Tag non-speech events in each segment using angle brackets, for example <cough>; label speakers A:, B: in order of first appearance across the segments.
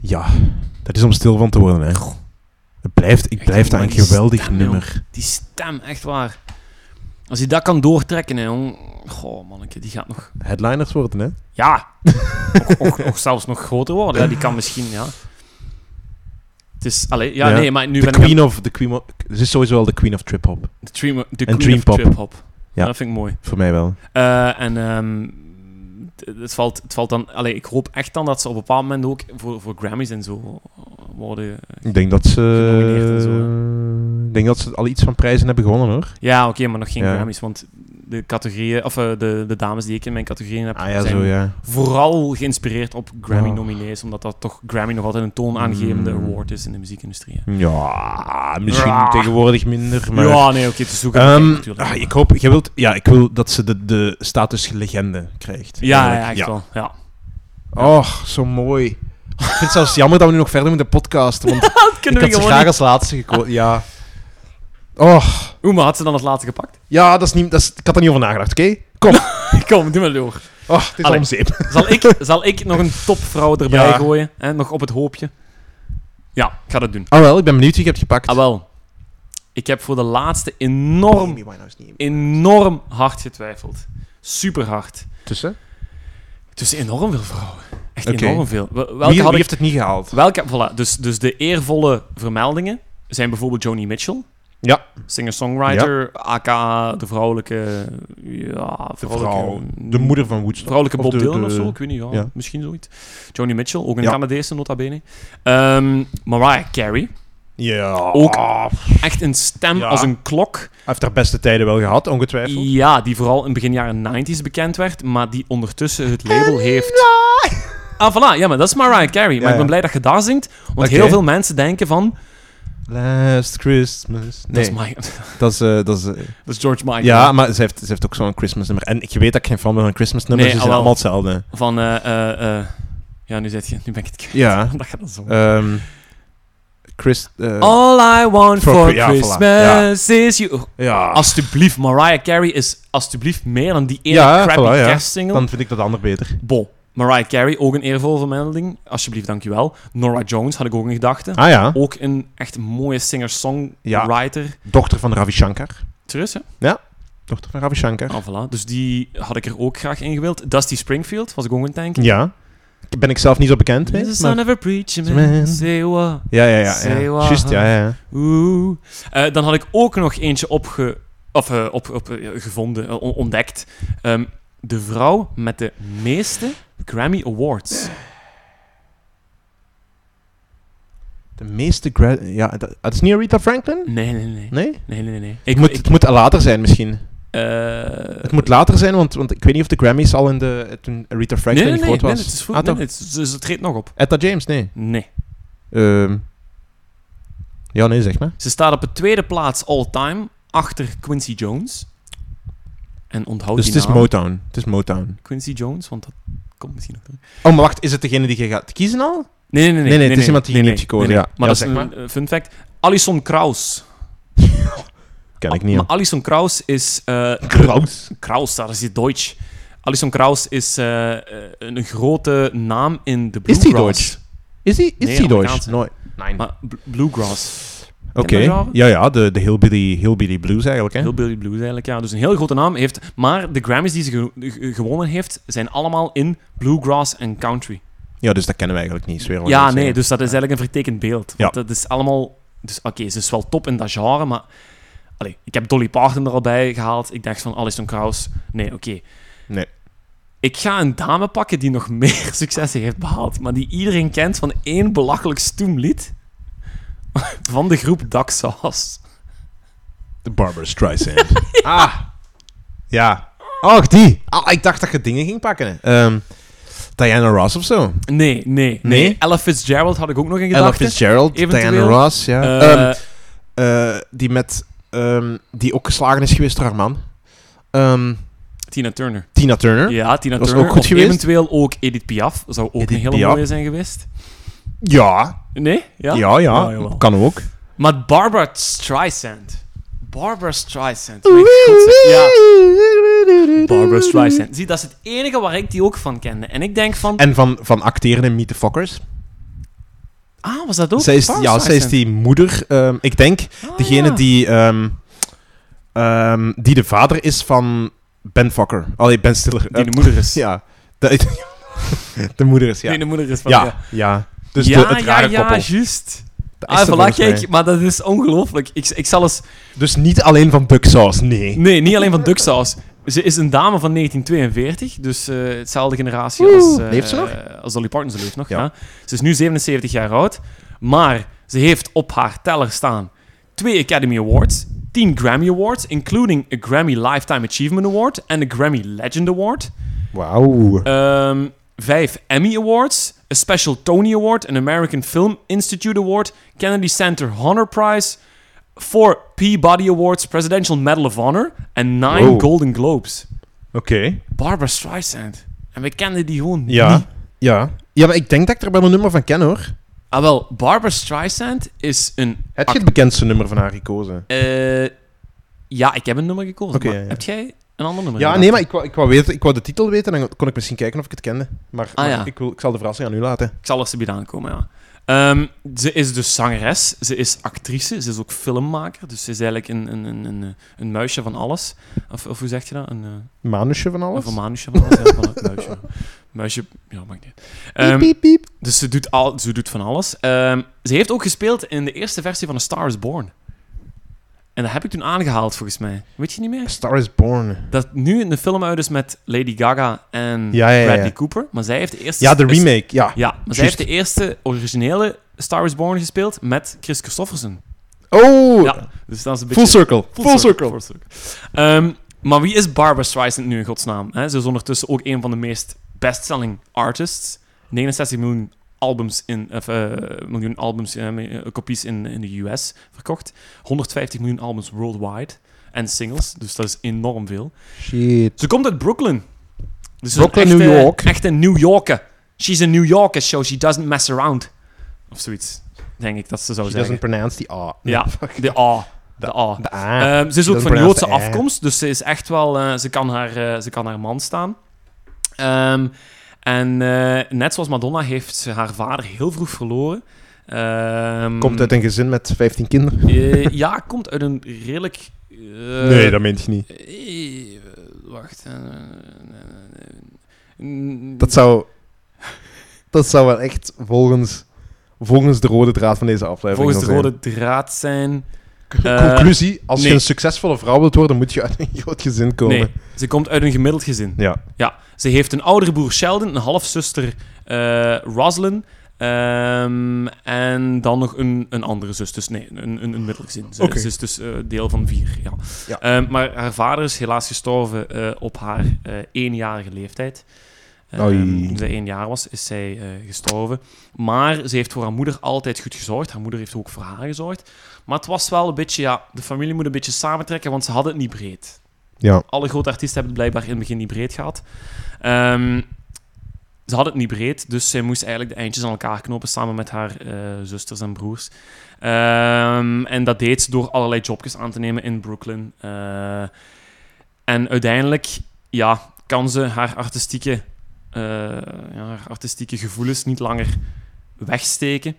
A: ja, dat is om stil van te worden. Hè. Het blijft, ik
B: Echt,
A: blijf dat
B: man,
A: een
B: die
A: geweldig
B: stem,
A: nummer.
B: Die stem, echt waar. Als hij dat kan doortrekken, hè, jong. Goh, manneke, die gaat nog...
A: Headliners worden, hè?
B: Ja! nog, nog, nog zelfs nog groter worden. hè. Die kan misschien, ja. Het is... Allee, ja,
A: Ja,
B: nee, maar nu
A: De
B: ben ik...
A: queen of... De queen of- Ze is sowieso wel de queen of trip-hop.
B: De, dream, de
A: En
B: queen
A: dream
B: of
A: pop.
B: trip-hop.
A: Ja.
B: Ja. Dat vind ik mooi.
A: Voor mij wel.
B: Eh, en ehm, t- het, valt, het valt dan... Allee, ik hoop echt dan dat ze op een bepaald moment ook voor, voor Grammys en zo worden...
A: Ik denk dat
B: Genomineerd en zo,
A: ze... Ik denk dat ze al iets van prijzen hebben gewonnen, hoor.
B: Ja, oké, maar nog geen
A: Ja.
B: Grammys, want de categorieën... Of eh, de, de dames die ik in mijn categorieën heb,
A: Ah ja,
B: zijn
A: zo, ja.
B: vooral geïnspireerd op
A: Ja.
B: Grammy-nominees, omdat dat toch Grammy nog altijd een toonaangevende
A: Mm.
B: award is in de muziekindustrie. hè.
A: Ja, misschien
B: Ja.
A: tegenwoordig minder, maar...
B: ja, nee, oké, te zoeken.
A: Ehm,
B: natuurlijk.
A: ah, ik hoop... Jij wilt, ja, ik wil dat ze de, de status legende krijgt.
B: ja, ja,
A: Eigenlijk.
B: echt wel. Ja.
A: Och, zo mooi. <laughs> Ik vind het zelfs jammer dat we nu nog verder moeten podcasten, want
B: Dat
A: ik
B: kunnen
A: had
B: we
A: ze
B: gewoon
A: graag als laatste gekozen. Ja. Och,
B: niet. Oeh, maar had ze dan het laatste gepakt?
A: Oh,
B: <laughs>
A: ja, dat is niet... Dat is, ik had er niet over nagedacht, oké? Kom.
B: Kom, doe maar door.
A: Och, het is al
B: Allee.
A: om zeep.
B: Zal ik, zal ik nog een topvrouw erbij
A: Ja.
B: gooien? Hè? Nog op het hoopje? Ja, ik ga dat doen.
A: Ah wel, ik ben benieuwd wie je hebt gepakt.
B: Ah, wel. Ik heb voor de laatste enorm,
A: nou
B: enorm hard getwijfeld. Super hard.
A: Tussen?
B: Tussen enorm veel vrouwen. Echt
A: Oké.
B: enorm veel. Wel- Welke
A: Wie, wie
B: had ik
A: heeft het niet gehaald?
B: Welke, voilà, dus, dus de eervolle vermeldingen zijn bijvoorbeeld Joni Mitchell.
A: Ja.
B: Singer-songwriter, aka de vrouwelijke... Ja,
A: De
B: vrouwelijke-
A: vrouw, de moeder van Woodstock.
B: Vrouwelijke
A: Of
B: Bob
A: de-
B: Dylan
A: de-
B: of zo, ik weet niet, ja,
A: ja.
B: misschien zoiets. Joni Mitchell, ook een
A: Ja.
B: Canadese nota bene. Ehm, Mariah Carey,
A: Ja.
B: Ook-
A: Ah,
B: echt een stem
A: Ja.
B: als een klok.
A: Hij heeft haar beste tijden wel gehad, ongetwijfeld.
B: Ja, die vooral in begin jaren 90s bekend werd, maar die ondertussen het label heeft... Ah, voilà, ja, maar dat is Mariah Carey. Maar
A: Ja,
B: ik ben
A: ja.
B: blij dat je daar zingt, want
A: Oké.
B: heel veel mensen denken van...
A: Last Christmas.
B: Dat, is Ah,
A: Nee,
B: Mike-
A: dat is... eh, dat is eh,
B: dat is George Michael.
A: ja, maar ze heeft, ze heeft ook zo'n Christmas nummer. En ik weet dat ik geen fan ben van Christmas nummers,
B: Nee,
A: ze zijn
B: ah,
A: allemaal
B: wel.
A: hetzelfde.
B: Van, eh, eh, eh, ja, nu, zet je, nu ben ik het kwijt. <laughs>
A: Ja.
B: Dat gaat dan zo.
A: Ehm Chris... eh,
B: Oh. All I want
A: voor-
B: for,
A: ja, voilà.
B: Christmas is you. Oh,
A: ja,
B: Alsjeblieft, Mariah Carey is alsjeblieft meer dan die ene
A: Ja,
B: crappy
A: voilà, ja.
B: kerstsingle.
A: dan vind ik dat ander beter.
B: Bon, Mariah Carey, ook een eervolle vermelding. Alsjeblieft, dankjewel. Nora Jones had ik ook in gedachten.
A: Ah ja,
B: Ook een echt mooie singer-songwriter.
A: dochter van Ravi Shankar. Oh.
B: Terus, hè?
A: Dochter van Ravi Shankar.
B: Ah, voilà. Dus die had ik er ook graag in gewild. Dusty Springfield was ik ook aan het denken.
A: Ja. Ben ik zelf niet zo bekend
B: There's
A: mee.
B: a
A: maar-
B: son of a preacher
A: Man.
B: man, say what.
A: Ja, ja, ja. ja.
B: Say what?
A: Juist, ja, ja, ja.
B: Oeh. Eh, dan had ik ook nog eentje opge, of, eh, op, op, eh, gevonden, eh, on- ontdekt. Ehm, de vrouw met de meeste Grammy Awards.
A: De meeste... gra- Ja, dat, het is niet Rita Franklin?
B: Nee, nee, nee.
A: Nee?
B: Nee, nee, nee.
A: Ik
B: Ik
A: moet,
B: ik-
A: het moet later zijn misschien.
B: eh,
A: Het moet later zijn, want, want ik weet niet of de Grammys al in de... Toen Rita
B: nee,
A: Franklin
B: nee, nee,
A: groot
B: nee,
A: was.
B: het is voor,
A: Ah,
B: nee,
A: toch?
B: nee, het, is- dus het treedt nog op.
A: Etta James, nee.
B: Nee.
A: Ehm. ja, nee, zeg maar.
B: Ze staat op de tweede plaats all-time, achter Quincy Jones. En onthoud
A: Dus
B: die
A: het is
B: naam,
A: Motown. Het is Motown.
B: Quincy Jones, want dat komt misschien nog terug.
A: Oh, maar wacht, is het degene die je gaat kiezen al?
B: Nee, nee, nee.
A: Nee, nee, het is iemand die je niet hebt gekozen, ja.
B: Maar
A: Ja,
B: dat is
A: zeg
B: een
A: maar.
B: eh, fun fact. Alison Krauss.
A: Ken ik niet.
B: Ah, Maar
A: al.
B: Alison Krauss is... eh,
A: Kraus.
B: Krauss, daar is die Deutsch. Alison Krauss is eh, eh, een grote naam in de
A: Is
B: bluegrass.
A: die Deutsch? Is hij is
B: Nee,
A: die Deutsch?
B: Amerikaanse.
A: Nooit. Nein.
B: Maar bl- bluegrass.
A: Oké.
B: Ken je dat genre?
A: Ja, ja, de, de hillbilly, hillbilly blues eigenlijk, hè?
B: Heel Billy Blues eigenlijk, ja. Dus een heel grote naam heeft. Maar de Grammys die ze ge- ge- gewonnen heeft, zijn allemaal in bluegrass en country.
A: Ja, dus dat kennen we eigenlijk niet. Zweer wat
B: ja,
A: ik
B: nee,
A: zeg.
B: dus dat is eigenlijk een vertekend beeld. Want
A: eh, Ja.
B: dat is allemaal... Dus oké, ze is wel top in dat genre, maar... Allee, ik heb Dolly Parton er al bij gehaald. Ik dacht van Alison Krauss. Nee, oké. dus-
A: Nee.
B: Ik ga een dame pakken die nog meer <laughs> successen heeft behaald, maar die iedereen kent van één belachelijk stoem lied van de groep Daxas.
A: De Barbara
B: <laughs>
A: Streisand. Ah. Ja. Och, die. Ah, ik dacht dat je dingen ging pakken. Ehm, Diana Ross of zo.
B: Nee, nee, nee,
A: Nee?
B: Ella Fitzgerald had ik ook nog in
A: Ella
B: gedachten.
A: Fitzgerald, Diana
B: eventueel.
A: Ross, ja.
B: Eh,
A: Ehm, eh, die met... ehm, die ook geslagen is geweest door haar man. Ehm,
B: Tina Turner.
A: Tina Turner.
B: Ja, Tina
A: Was
B: Turner.
A: ook goed
B: of
A: geweest.
B: eventueel ook Edith Piaf. Zou ook
A: Edith
B: een hele
A: Piaf.
B: mooie zijn geweest.
A: Ja.
B: Nee? Ja?
A: Ja, ja.
B: Ja, jawel.
A: kan ook.
B: Maar Barbara Streisand. Barbara Streisand. Mijn god, ja.
A: <laughs>
B: Barbara Streisand. Zie, dat is het enige waar ik die ook van kende. En ik denk van...
A: En van, van acteren in Meet the Fockers.
B: Ah, was dat ook?
A: Zij is,
B: Parasite?
A: ja, zij is die moeder. ehm, ik denk
B: Ah,
A: degene
B: ja.
A: die, ehm, ehm, die de vader is van Ben Fokker. Allee, Ben Stiller.
B: Die
A: Eh,
B: de moeder
A: <laughs>
B: is.
A: Ja. De, <laughs> de moeder is, ja.
B: Die de moeder is van...
A: ja, ja. Dus
B: ja,
A: de, het rare
B: ja,
A: koppel.
B: ja, juist.
A: Dat is
B: Ah,
A: er
B: voilà,
A: volgens mij.
B: kijk, maar dat is ongelooflijk. Ik, ik zal eens...
A: Dus niet alleen van Ducksaus, nee.
B: Nee, niet alleen van Ducksaus. Ze is een dame van 1942, dus eh hetzelfde generatie als... eh,
A: Leeft ze nog?
B: eh, Als Dolly Parton, ze leeft nog,
A: Ja.
B: ja. Ze is nu 77 jaar oud, maar ze heeft op haar teller staan twee Academy Awards, 10 Grammy Awards, including a Grammy Lifetime Achievement Award en de Grammy Legend Award.
A: Wauw.
B: Ehm, vijf Emmy Awards, een Special Tony Award, een American Film Institute Award, Kennedy Center Honor Prize, four Peabody Awards, Presidential Medal of Honor en nine
A: Wow.
B: Golden Globes.
A: Oké.
B: Barbara Streisand. En we kenden die gewoon niet.
A: Ja. ja. Ja, maar ik denk dat ik er bij mijn nummer van ken, hoor.
B: Ah wel, Barbara Streisand is een...
A: Heb je het bekendste nummer van haar gekozen?
B: eh, ja, ik heb een nummer gekozen,
A: Oké,
B: maar
A: ja, ja.
B: heb jij een ander nummer?
A: Ja,
B: gedaan?
A: nee, maar ik wou, ik, wou weten, ik wou de titel weten en dan kon ik misschien kijken of ik het kende. Maar, maar
B: Ah, ja.
A: ik, wil, ik zal de verrassing aan u laten.
B: Ik zal er subiet aankomen, ja. Ehm, ze is dus zangeres, ze is actrice, ze is ook filmmaker. Dus ze is eigenlijk een, een, een, een, eh, een muisje van alles. Of, of hoe zeg je dat? Een, eh,
A: Manusje van alles?
B: Een manusje van alles. ja, van
A: <laughs>
B: een muisje. Muisje, ja, maakt niet. uit. Ehm,
A: piep, piep, piep.
B: dus ze doet, al, ze doet van alles. Ehm, ze heeft ook gespeeld in de eerste versie van A Star is Born. En dat heb ik toen aangehaald, volgens mij. Weet je niet
A: A
B: meer?
A: Star is Born.
B: Dat nu in de film uit is met Lady Gaga en
A: Ja, ja, ja,
B: Bradley
A: ja.
B: Cooper. Maar zij heeft de eerste...
A: Ja, de
B: is-
A: remake, ja.
B: ja, maar zij
A: Juist.
B: heeft de eerste originele Star is Born gespeeld met Chris Christofferson.
A: Oh!
B: Ja, dus dat is een beetje...
A: Full circle. Full, circle.
B: full circle. Ehm, maar wie is Barbara Streisand nu in godsnaam? hè? ze is ondertussen ook een van de meest bestselling artists. 69 miljoen albums in, of, eh, miljoen albums, eh, eh, kopies in, in de US verkocht. 150 miljoen albums worldwide. En singles, dus dat is enorm veel.
A: Shit.
B: Ze komt uit Brooklyn. Dus
A: Brooklyn,
B: een echte,
A: New York.
B: Echt een New Yorker. She's a New Yorker, so she doesn't mess around. Of zoiets, denk ik dat ze zou
A: She
B: zeggen.
A: doesn't pronounce the A.
B: Ja, <laughs> de A. De A.
A: De A.
B: Ehm, ze is
A: She
B: ook
A: doesn't
B: van
A: pronounce
B: Joodse
A: the A.
B: afkomst, dus ze, is echt wel, eh, ze, kan haar, eh, ze kan haar man staan. Ehm, en eh, net zoals Madonna heeft ze haar vader heel vroeg verloren. Ehm,
A: Komt uit een gezin met 15 kinderen.
B: eh, ja, komt uit een redelijk... eh,
A: nee, dat meent je niet.
B: eh, wacht. eh, eh, eh,
A: Dat zou... Dat zou wel echt volgens, volgens de rode draad van deze aflevering
B: volgens de
A: nog
B: rode draad zijn.
A: zijn.
B: eh,
A: Conclusie, als
B: nee.
A: je een succesvolle vrouw wilt worden, moet je uit een <laughs> groot gezin komen.
B: Nee, ze komt uit een gemiddeld gezin.
A: Ja.
B: Ja, ze heeft een oudere broer Sheldon, een halfzuster eh Roslyn. ehm, en dan nog een, een andere zus. Dus nee, een, een, een middelgezin. Ze,
A: Oké.
B: ze is dus eh, deel van vier. Ja.
A: Ja.
B: Ehm, maar haar vader is helaas gestorven eh, op haar eh, eenjarige leeftijd. Ehm,
A: Oei.
B: toen zij één jaar was, is zij eh, gestorven. Maar ze heeft voor haar moeder altijd goed gezorgd. Haar moeder heeft ook voor haar gezorgd. Maar het was wel een beetje, ja, de familie moet een beetje samentrekken, want ze hadden het niet breed
A: Ja.
B: alle grote artiesten hebben het blijkbaar in het begin niet breed gehad. Ehm, ze had het niet breed, dus zij moest eigenlijk de eindjes aan elkaar knopen samen met haar eh, zusters en broers. Ehm, en dat deed ze door allerlei jobjes aan te nemen in Brooklyn. Eh, en uiteindelijk ja, kan ze haar artistieke, eh, ja, haar artistieke gevoelens niet langer wegsteken.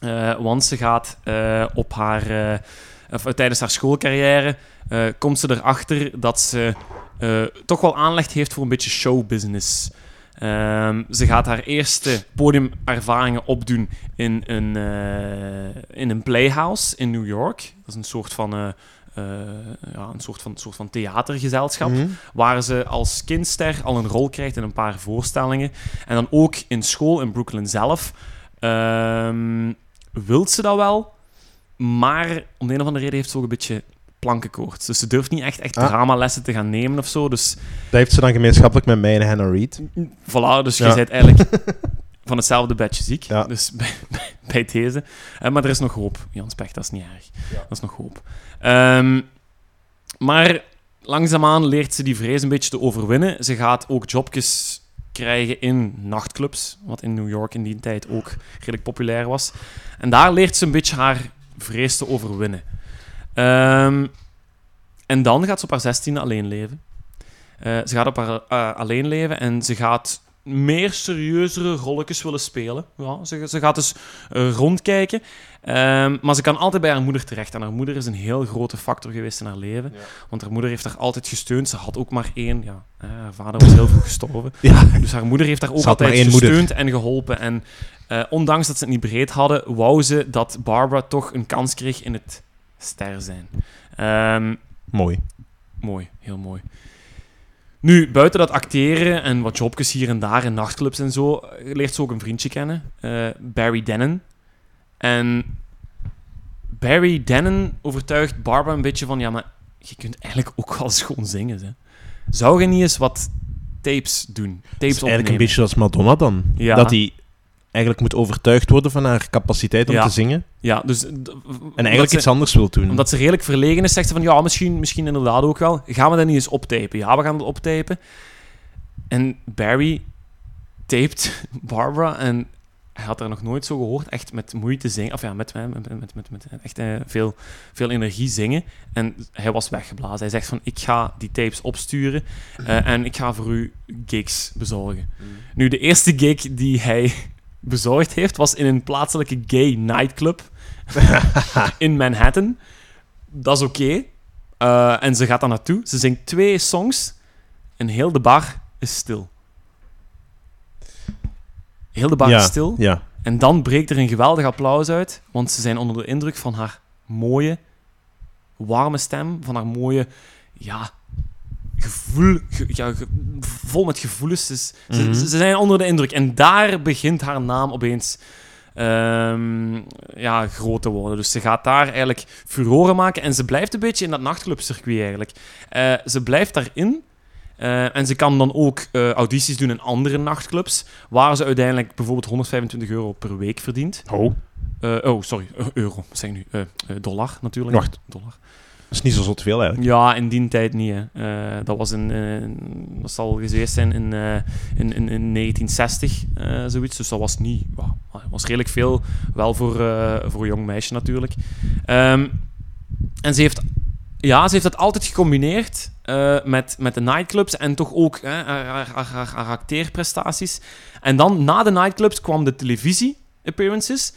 B: Eh, want ze gaat eh, op haar, eh, of, eh, tijdens haar schoolcarrière eh, komt ze erachter dat ze eh, toch wel aanleg heeft voor een beetje showbusiness. Ehm, ze gaat haar eerste podiumervaringen opdoen in een, eh, in een playhouse in New York. Dat is een soort van, eh, eh, ja, een soort van, soort van theatergezelschap
A: Mhm.
B: waar ze als kindster al een rol krijgt in een paar voorstellingen. En dan ook in school in Brooklyn zelf. Ehm wilt ze dat wel, maar om de een of andere reden heeft ze ook een beetje plankenkoorts. Dus ze durft niet echt, echt
A: Ah.
B: dramalessen te gaan nemen of zo. Dus
A: Dat heeft ze dan gemeenschappelijk met mij en Hannah Reid.
B: voilà, dus
A: Ja.
B: je
A: <laughs>
B: bent eigenlijk van hetzelfde bedje ziek.
A: Ja.
B: Dus <laughs> bij, bij, bij deze. Eh, maar er is nog hoop, Jans Pecht, dat is niet erg.
A: Ja.
B: Dat is nog hoop. Ehm, maar langzaamaan leert ze die vrees een beetje te overwinnen. Ze gaat ook jobjes krijgen in nachtclubs, wat in New York in die tijd ook redelijk populair was. En daar leert ze een beetje haar vrees te overwinnen. Ehm, en dan gaat ze op haar 16e alleen leven. Eh, ze gaat op haar eh, alleen leven en ze gaat meer serieuzere rolletjes willen spelen. Ja, ze, ze gaat dus eh, rondkijken. Ehm, maar ze kan altijd bij haar moeder terecht. En haar moeder is een heel grote factor geweest in haar leven.
A: Ja.
B: Want haar moeder heeft haar altijd gesteund. Ze had ook maar één. Ja, hè, haar vader was heel vroeg gestorven.
A: Ja.
B: Dus haar moeder heeft haar ook
A: Ze had maar
B: altijd
A: één moeder.
B: gesteund en geholpen. En eh, ondanks dat ze het niet breed hadden, wou ze dat Barbara toch een kans kreeg in het ster zijn. Ehm,
A: Mooi.
B: mooi, heel mooi. Nu, buiten dat acteren en wat jobjes hier en daar in nachtclubs en zo, eh, leert ze ook een vriendje kennen, eh, Barry Dennen. En Barry Dennen overtuigt Barbara een beetje van, ja, maar je kunt eigenlijk ook wel eens gewoon zingen. Hè. Zou je niet eens wat tapes doen?
A: Het is
B: Tapes opnemen?
A: Dus eigenlijk een beetje als Madonna dan.
B: Ja.
A: Dat hij eigenlijk moet overtuigd worden van haar capaciteit om
B: Ja.
A: te zingen.
B: Ja, dus...
A: En eigenlijk iets anders wil doen.
B: Omdat ze redelijk verlegen is, zegt ze van ja, misschien, misschien inderdaad ook wel. Gaan we dat niet eens optypen? Ja, we gaan het optypen. En Barry taped <laughs> Barbara en hij had haar nog nooit zo gehoord, echt met moeite zingen. Of ja, met, met, met, met, met- met echt eh, veel, veel energie zingen. En hij was weggeblazen. Hij zegt van ik ga die tapes opsturen eh, en ik ga voor u gigs bezorgen. Nu, de eerste gig die hij <laughs> bezorgd heeft, was in een plaatselijke gay nightclub in Manhattan. Dat is oké. Eh, en ze gaat daar naartoe. Ze zingt twee songs en heel de bar is stil. Heel de bar
A: ja.
B: is stil.
A: Ja.
B: En dan breekt er een geweldig applaus uit, want ze zijn onder de indruk van haar mooie, warme stem, van haar mooie, ja, gevoel, ge- ja, ge- vol met gevoelens. Ze, is- ze-
A: Mhm.
B: ze, ze zijn onder de indruk. En daar begint haar naam opeens ehm, ja, groot te worden. Dus ze gaat daar eigenlijk furoren maken en ze blijft een beetje in dat nachtclubcircuit eigenlijk. Eh, ze blijft daarin. eh, en ze kan dan ook eh, audities doen in andere nachtclubs waar ze uiteindelijk bijvoorbeeld 125 euro per week verdient.
A: Oh.
B: Eh, oh, sorry, eh, euro, wat zeg ik nu? Eh, eh, dollar natuurlijk.
A: Wacht.
B: Dollar.
A: Dat is niet zo zot veel eigenlijk.
B: Ja, in die tijd niet. Hè. Eh, dat, was in, eh, dat zal geweest zijn in, eh, in, in, in 1960, eh, zoiets. Dus dat was niet... wauw, maar het was redelijk veel, wel voor, eh, voor een jong meisje natuurlijk. Ehm, en ze heeft, ja, ze heeft dat altijd gecombineerd eh, met, met de nightclubs en toch ook hè, haar, haar, haar, haar, haar acteerprestaties. En dan, na de nightclubs, kwam de televisie-appearances...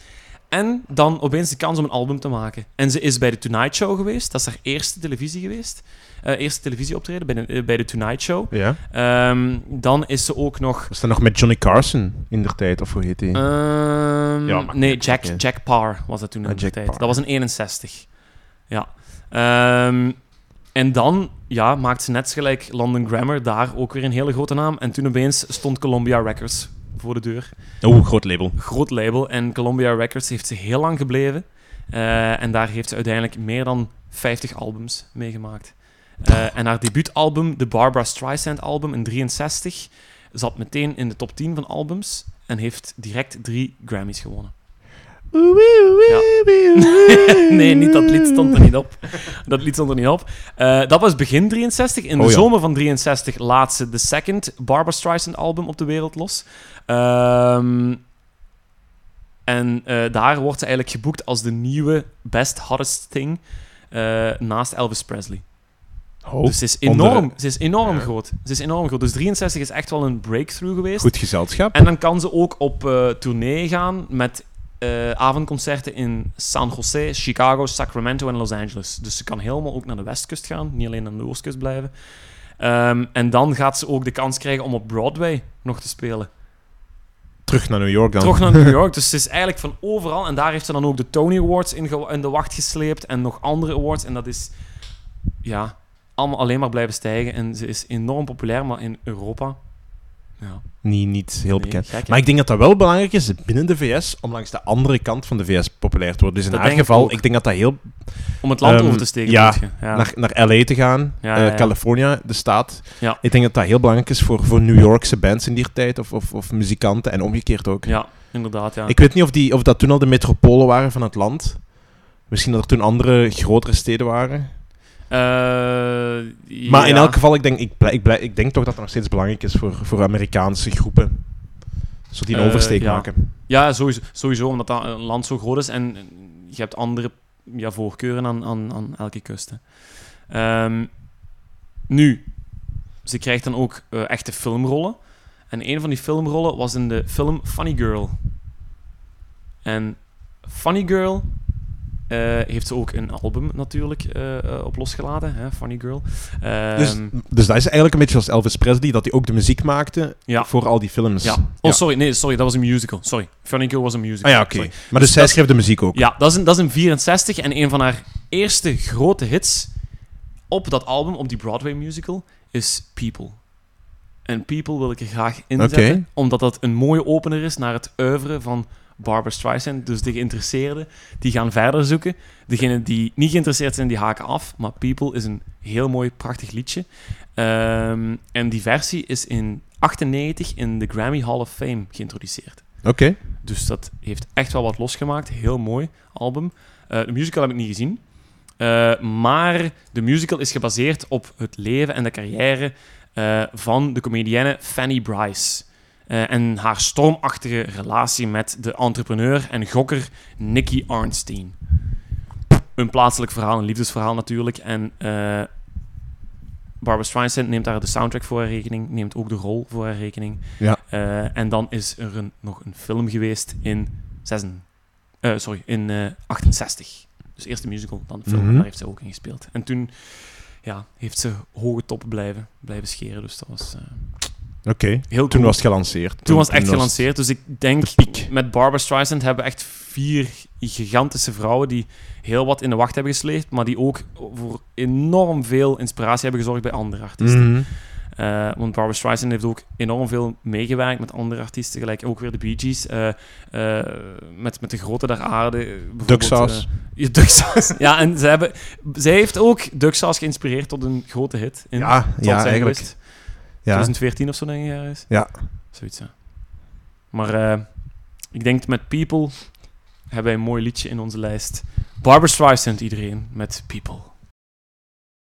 B: En dan opeens de kans om een album te maken. En ze is bij de Tonight Show geweest. Dat is haar eerste televisie geweest. Eh, eerste televisieoptreden bij de, eh, bij de Tonight Show.
A: Ja.
B: Ehm, dan is ze ook nog...
A: Was dat nog met Johnny Carson in der tijd, of hoe heet
B: Eh.
A: hij?
B: ehm,
A: Ja, maar-
B: nee, Jack,
A: oké.
B: Jack Parr was dat toen in
A: Ah,
B: de
A: Jack
B: tijd.
A: Parr.
B: Dat was in 61. Ja. Ehm, en dan ja, maakt ze net gelijk London Grammar daar ook weer een hele grote naam. En toen opeens stond Columbia Records voor de deur.
A: Oh, groot label.
B: groot label. En Columbia Records heeft ze heel lang gebleven. Eh, en daar heeft ze uiteindelijk meer dan 50 albums meegemaakt. Eh, en haar debuutalbum, de Barbara Streisand album in 63, zat meteen in de top 10 van albums. En heeft direct drie Grammys gewonnen. Ja. <laughs> nee, niet dat lied stond er niet op. Dat lied stond er niet op. Eh, dat was begin 63. In de
A: Oh ja.
B: zomer van 63 laat ze de second Barbara Streisand album op de wereld los. Ehm, en eh, daar wordt ze eigenlijk geboekt als de nieuwe best hottest thing eh, naast Elvis Presley.
A: Oh,
B: dus ze is enorm,
A: onder-
B: ze is enorm
A: Ja.
B: groot. Ze is enorm groot. Dus 63 is echt wel een breakthrough geweest.
A: Goed gezelschap.
B: En dan kan ze ook op eh, tournee gaan met eh, avondconcerten in San Jose, Chicago, Sacramento en Los Angeles. Dus ze kan helemaal ook naar de westkust gaan, niet alleen aan de oostkust blijven. Ehm, en dan gaat ze ook de kans krijgen om op Broadway nog te spelen.
A: Terug naar New York dan.
B: Terug naar
A: <laughs>
B: New York, dus ze is eigenlijk van overal. En daar heeft ze dan ook de Tony Awards in, ge- in de wacht gesleept en nog andere awards. En dat is, ja, allemaal alleen maar blijven stijgen. En ze is enorm populair, maar in Europa... Ja,
A: Niet, niet heel
B: nee,
A: bekend.
B: gek, hè?
A: Maar ik denk dat dat wel belangrijk is binnen de VS om langs de andere kant van de VS populair te worden. Dus in
B: Dat
A: haar
B: denk ik
A: geval,
B: ook.
A: ik, denk dat dat heel
B: Om het land
A: Ehm,
B: over te steken.
A: ja,
B: bedoel je? ja.
A: naar, naar LA te gaan,
B: Ja,
A: eh,
B: ja, ja.
A: California, de staat.
B: Ja.
A: Ik denk dat dat heel belangrijk is voor, voor New Yorkse bands in die tijd of, of, of muzikanten en omgekeerd ook.
B: ja, inderdaad. Ja.
A: Ik weet niet of, die, of dat toen al de metropolen waren van het land. Misschien dat er toen andere grotere steden waren.
B: Eh,
A: Maar in
B: ja.
A: elk geval, ik denk, ik, blij- ik, blij- ik denk toch dat dat nog steeds belangrijk is voor, voor Amerikaanse groepen. Zodat die een
B: Eh,
A: oversteek
B: ja.
A: maken.
B: Ja, sowieso, sowieso, omdat dat een land zo groot is en eh, je hebt andere ja, voorkeuren aan, aan, aan elke kust. hè. Ehm, nu, ze krijgt dan ook eh, echte filmrollen. En een van die filmrollen was in de film Funny Girl. En Funny Girl eh, heeft ze ook een album natuurlijk eh, eh, op losgeladen, hè, Funny Girl. Ehm,
A: Dus, dus dat is eigenlijk een beetje als Elvis Presley, dat hij ook de muziek maakte
B: Ja.
A: voor al die films.
B: ja. Oh, sorry, nee, sorry, dat was een musical. Sorry, Funny Girl was een musical.
A: Ah ja, oké.
B: Sorry.
A: Maar dus zij schreef de muziek ook.
B: Ja, dat is, een, dat is een 64 en een van haar eerste grote hits op dat album, op die Broadway musical, is People. En People wil ik er graag inzetten,
A: Oké.
B: omdat dat een mooie opener is naar het oeuvre van Barbara Streisand. Dus de geïnteresseerden, die gaan verder zoeken. Degenen die niet geïnteresseerd zijn, die haken af. Maar People is een heel mooi, prachtig liedje. Ehm, en die versie is in 98 in de Grammy Hall of Fame geïntroduceerd.
A: Oké.
B: Dus dat heeft echt wel wat losgemaakt. Heel mooi album. Eh, de musical heb ik niet gezien. Eh, maar de musical is gebaseerd op het leven en de carrière eh, van de comedienne Fanny Bryce. Eh, en haar stormachtige relatie met de entrepreneur en gokker Nicky Arnstein. Een plaatselijk verhaal, een liefdesverhaal natuurlijk. En eh Barbara Streisand neemt daar de soundtrack voor haar rekening, neemt ook de rol voor haar rekening.
A: Ja.
B: Eh, en dan is er een, nog een film geweest in, zesen, eh, sorry, in eh, 68. Dus eerst de musical, dan de film.
A: Mhm.
B: Daar heeft ze ook in gespeeld. En toen ja, heeft ze hoge toppen blijven, blijven scheren. Dus dat was eh,
A: Oké.
B: heel
A: Toen
B: cool.
A: was het gelanceerd.
B: Toen was het echt
A: was-
B: gelanceerd. Dus ik denk,
A: de piek.
B: met Barbara Streisand hebben we echt vier gigantische vrouwen die heel wat in de wacht hebben gesleept, maar die ook voor enorm veel inspiratie hebben gezorgd bij andere artiesten.
A: Mhm.
B: Eh, want Barbara Streisand heeft ook enorm veel meegewerkt met andere artiesten, gelijk ook weer de Bee Gees, eh, eh, met, met de grote der aarde. eh, bijvoorbeeld,
A: Ducksaus.
B: eh, <laughs> ja, Ducksaus. ja, en ze hebben, zij heeft ook Ducksaus geïnspireerd tot een grote hit. In,
A: Ja,
B: tot
A: ja
B: zijn
A: eigenlijk.
B: geweest.
A: Ja.
B: 2014 of zo, denk ik, ergens.
A: Ja.
B: Zoiets, ja. Maar eh, ik denk met People hebben wij een mooi liedje in onze lijst. Barbara Streisand, iedereen, met People.